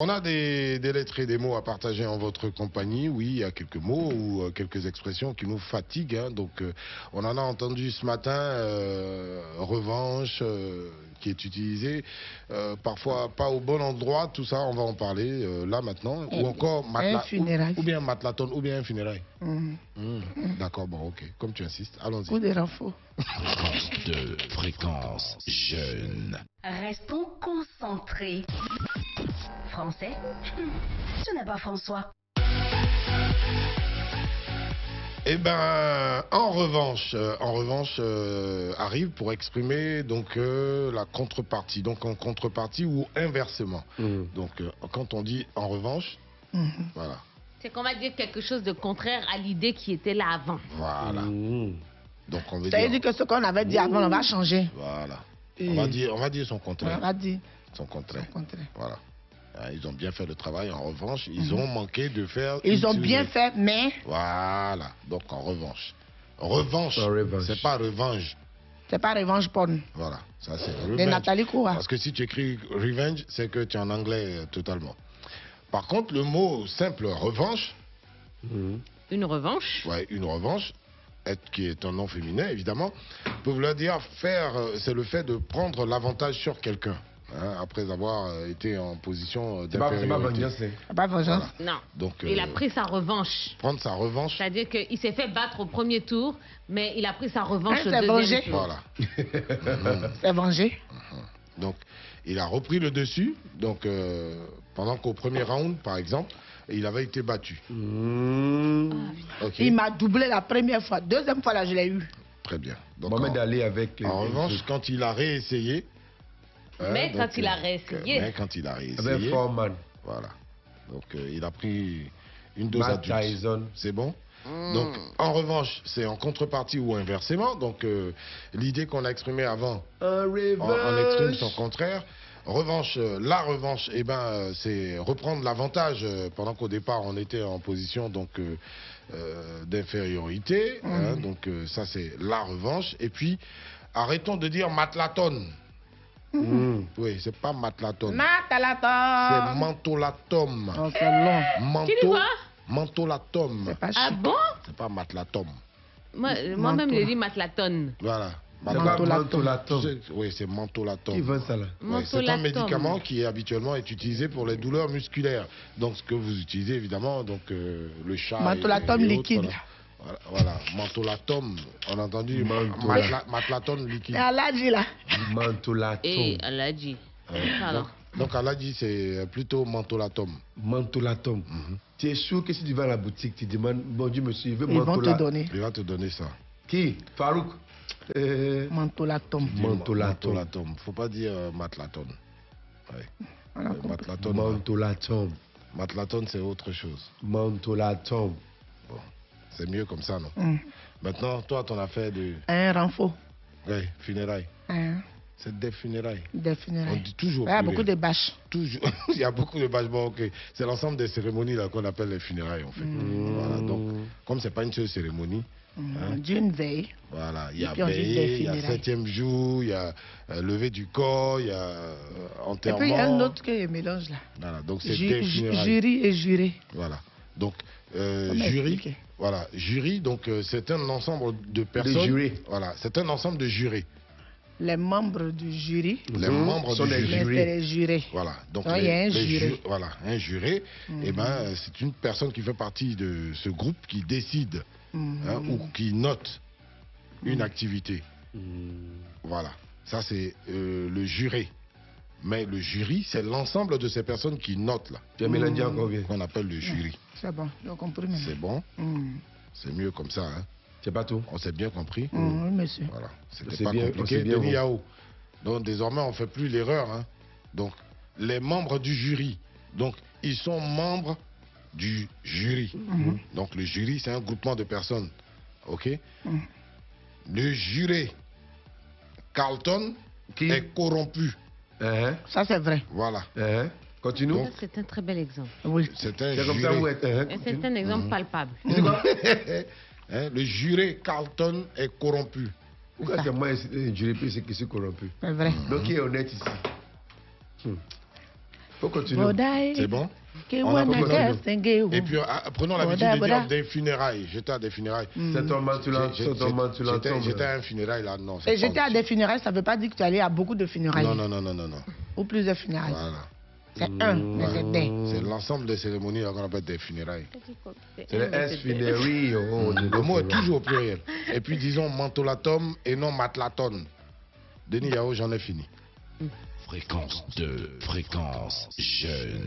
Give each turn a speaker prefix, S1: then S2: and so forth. S1: On a des, des lettres et des mots à partager en votre compagnie. Oui, il y a quelques mots ou euh, quelques expressions qui nous fatiguent. hein. Donc, euh, on en a entendu ce matin euh, revanche, euh, qui est utilisée euh, parfois pas au bon endroit. Tout ça, on va en parler euh, là maintenant.
S2: Eh,
S1: Ou encore matla-
S2: funérailles.
S1: ou, ou bien matlaton ou bien funérailles.
S2: Mhm.
S1: Hmm, D'accord, bon, ok. Comme tu insistes, allons-y.
S2: Ou des renforts.
S3: de fréquence jeune.
S4: Restons concentrés. Français Hum, Ce n'est pas François.
S1: Eh ben, en revanche, euh, en revanche, euh, arrive pour exprimer donc euh, la contrepartie, donc en contrepartie ou inversement. Donc, euh, quand on dit en revanche,
S2: Mhm.
S1: voilà,
S5: C'est qu'on va dire quelque chose de contraire à l'idée qui était là avant.
S1: voilà. Donc on veut
S2: Ça veut
S1: dire,
S2: dire que ce qu'on avait dit avant, on va changer.
S1: voilà. Eh, On va dire, on va dire son
S2: On
S1: contraire,
S2: va dire
S1: son
S2: le
S1: contraire,
S2: contraire.
S1: voilà. Ah, Ils ont bien fait le travail. En revanche, ils ont manqué de faire.
S2: Mhm. Ils ont
S1: une-
S2: bien fait, mais
S1: Voilà. Donc en revanche, revanche,
S6: Pas revanche.
S1: c'est pas revanche.
S2: c'est pas revanche porn.
S1: Voilà. Ça c'est
S2: De
S1: revenge.
S2: Nathalie Koura.
S5: Ah.
S1: Parce que si tu écris revenge, c'est que tu es en anglais euh, totalement. Par contre, le mot simple revanche,
S5: Une revanche
S1: ouais, une revanche, être, qui est un nom féminin évidemment, peut vouloir dire faire, euh, c'est le fait de prendre l'avantage sur quelqu'un. hein, après avoir euh, été en position euh,
S6: C'est pas, c'est pas
S1: d'infériorité.
S6: vengeance, hein. c'est.
S2: Pas vengeance.
S1: Voilà.
S5: Non.
S1: Donc,
S5: Il
S1: euh,
S5: a pris sa revanche.
S1: prendre sa revanche.
S5: C'est-à-dire qu'il s'est fait battre au premier tour, mais il a pris sa revanche
S2: Ah,
S5: au
S2: c'est vengé.
S5: deuxième tour.
S1: Voilà. Mhm.
S2: C'est venger.
S1: Donc, il a repris le dessus. Donc, euh, pendant qu'au premier round, par exemple, il avait été battu. Ok,
S2: Il m'a doublé la première fois. Deuxième fois, là, je l'ai eu.
S1: très bien. Donc,
S6: Mohamed
S1: en-
S6: Ali avec les.
S1: En revanche, quand il a réessayé. hein,
S5: Mais quand il a
S1: euh,
S5: réessayé.
S1: Mais quand il a
S6: avec
S1: réessayé.
S6: Foreman,
S1: Voilà. Donc euh, il a pris une dose
S6: Matt
S1: adulte.
S6: Tyson.
S1: C'est bon
S5: Hmm.
S1: Donc en revanche, c'est en contrepartie ou inversement. Donc euh, l'idée qu'on a exprimée avant,
S6: Un
S1: on, on exprime
S6: revanche.
S1: son contraire. Revanche, euh, la revanche, eh ben, euh, c'est reprendre l'avantage euh, pendant qu'au départ on était en position donc euh, euh, d'infériorité. hein, donc euh, ça c'est la revanche. Et puis arrêtons de dire matlaton.
S6: Mmh.
S1: Oui, c'est pas matlaton. C'est
S2: Natalaton.
S1: mentolatum.
S2: Oh, c'est long.
S5: Tu dis
S1: Manto,
S5: quoi
S1: mentolatum.
S2: C'est pas
S5: Ah
S2: chic.
S5: bon
S1: C'est pas matlatum.
S5: Moi- euh, Moi-même,
S2: Manteau.
S5: je dis matlatone.
S1: Voilà.
S6: C'est
S1: Matla-
S6: pas Mantolatum.
S1: C'est- Oui, c'est mentolatum.
S6: Qui vend ça là
S1: Ouais, c'est un
S5: Mentolatum.
S1: médicament qui habituellement est utilisé pour les douleurs musculaires. Donc ce que vous utilisez évidemment, donc euh, le chat. et-
S2: Mentolatum
S1: et autres,
S2: liquide.
S1: voilà. Voilà, voilà. mentolatum. On a entendu
S6: Mantola-
S1: matla- matlatum liquide.
S2: Et Allah dit là.
S5: Et
S2: euh,
S6: Mantolatum.
S5: elle a dit.
S1: Ouais.
S5: Pardon.
S1: Donc Allah dit c'est plutôt mentolatum.
S6: Mantolatum.
S1: Mm-hmm.
S6: Tu es sûr que si tu vas à la boutique, tu demandes Bon Dieu, monsieur, il veut
S2: Ils vont te
S6: Mantolatum.
S2: donner.
S1: Il va te donner ça.
S6: Qui Farouk Euh,
S2: Mentolatum.
S6: Mantolatum.
S1: Mentolatum. Faut pas dire euh, matlatum.
S2: On a
S1: Euh,
S2: compris.
S1: matlatum.
S6: Mantolatum.
S1: Matlaton, c'est autre chose.
S6: Mantolatum.
S1: C'est mieux comme ça, non
S2: Mhm.
S1: Maintenant, toi, ton affaire de
S2: Un renfort.
S1: ouais, funérailles,
S2: Hein,
S1: c'est des funérailles.
S2: Des
S1: On
S2: funérailles.
S1: dit toujours.
S2: Il y a
S1: purée.
S2: beaucoup de bâches.
S1: Toujours. Il y a beaucoup de bâches. Bon, ok. C'est l'ensemble des cérémonies là qu'on appelle les funérailles, en fait.
S2: Mmh.
S1: Voilà. Donc, comme c'est pas une seule cérémonie, Hein?
S2: On dit une veille.
S1: voilà. Il y a
S2: Et puis on dit des
S1: veillée, il y a
S2: funérailles.
S1: septième jour, il y a euh, lever du corps, il y a euh,
S2: Et
S1: enterrement.
S2: puis il y a un autre qui mélange là.
S1: Voilà. Donc c'est
S2: Ju-
S1: des
S2: ju-
S1: funérailles.
S2: Jury Ah, et juré.
S1: Voilà. Donc, euh,
S2: Comment
S1: jury,
S2: expliquer
S1: voilà, jury, donc euh, c'est un ensemble de personnes.
S6: jurés.
S1: Voilà, c'est un ensemble de jurés.
S2: Les membres du jury,
S1: Les
S6: Mhm.
S1: membres
S6: Sont
S1: du
S6: des
S1: jury.
S2: mais
S6: jurés.
S2: c'est les jurés.
S1: Voilà. Donc,
S2: Ah, il y a un
S1: ju-
S2: juré. Mmh.
S1: voilà, un juré, eh ben, euh, c'est une personne qui fait partie de ce groupe qui décide
S2: Mm.
S1: hein, ou qui note une activité. Voilà. Ça, c'est euh, le juré. Mais le jury, c'est l'ensemble de ces personnes qui notent, là,
S6: Tu as mélangé encore bien.
S1: qu'on appelle le jury.
S2: C'est bon, j'ai compris
S1: C'est
S2: maintenant.
S1: bon,
S2: Mm.
S1: c'est mieux comme ça, hein.
S6: C'est pas tout.
S1: On s'est bien compris.
S2: Mm, Oui, monsieur.
S1: Voilà, c'était
S6: C'est
S1: pas
S6: bien,
S1: compliqué.
S6: c'est bien,
S1: Denis
S6: bon.
S1: Yao. Donc désormais, on fait plus l'erreur. hein. Donc, les membres du jury, donc ils sont membres du jury.
S2: Mhm.
S1: Donc le jury, c'est un groupement de personnes. OK
S2: Mhm.
S1: Le juré, Carlton,
S6: Qui
S1: est corrompu.
S6: Hein
S2: Ça, c'est vrai.
S1: Voilà.
S6: Hein Continue.
S5: Ça, C'est un très bel exemple.
S2: Oui.
S1: C'est un
S6: C'est comme
S1: juré.
S6: ça où est. Hein
S5: Et C'est un exemple
S1: Mhm.
S5: palpable.
S1: Hein, Le juré, Carlton, est corrompu.
S6: Pourquoi c'est moi
S1: Mm.
S6: un juré, puis c'est qui s'est corrompu
S2: C'est vrai.
S6: Donc qui est honnête ici Hmm. Faut continuer.
S2: Bodai.
S1: C'est bon
S2: ke
S1: On a
S2: wana
S1: compris.
S2: kasenge wo.
S1: Et puis, ah, prenons l'habitude
S2: Boda,
S1: de dire
S2: boda.
S1: des funérailles. J'étais à des funérailles.
S6: C'est un mantulant,
S1: Hmm. J'ai- j'ai-
S6: c'est un mantulant.
S1: J'étais j'étais à un funérailles là, non. c'est
S2: Et
S1: pas
S2: j'étais à
S1: possible.
S2: des funérailles, ça ne veut pas dire que tu allais à beaucoup de funérailles
S1: Non, non, non, non, non, non.
S2: ou plus de funérailles.
S1: Voilà.
S2: C'est un, mais
S1: Mm.
S2: c'est des.
S1: C'est l'ensemble des cérémonies là, qu'on appelle des funérailles.
S6: C'est le S funéri. oh, je
S1: Le mot est
S6: comprends.
S1: toujours au pluriel. Et puis disons mantolatum et non matlaton. Denis Yao, j'en ai fini.
S3: Fréquence 2, fréquence jeune.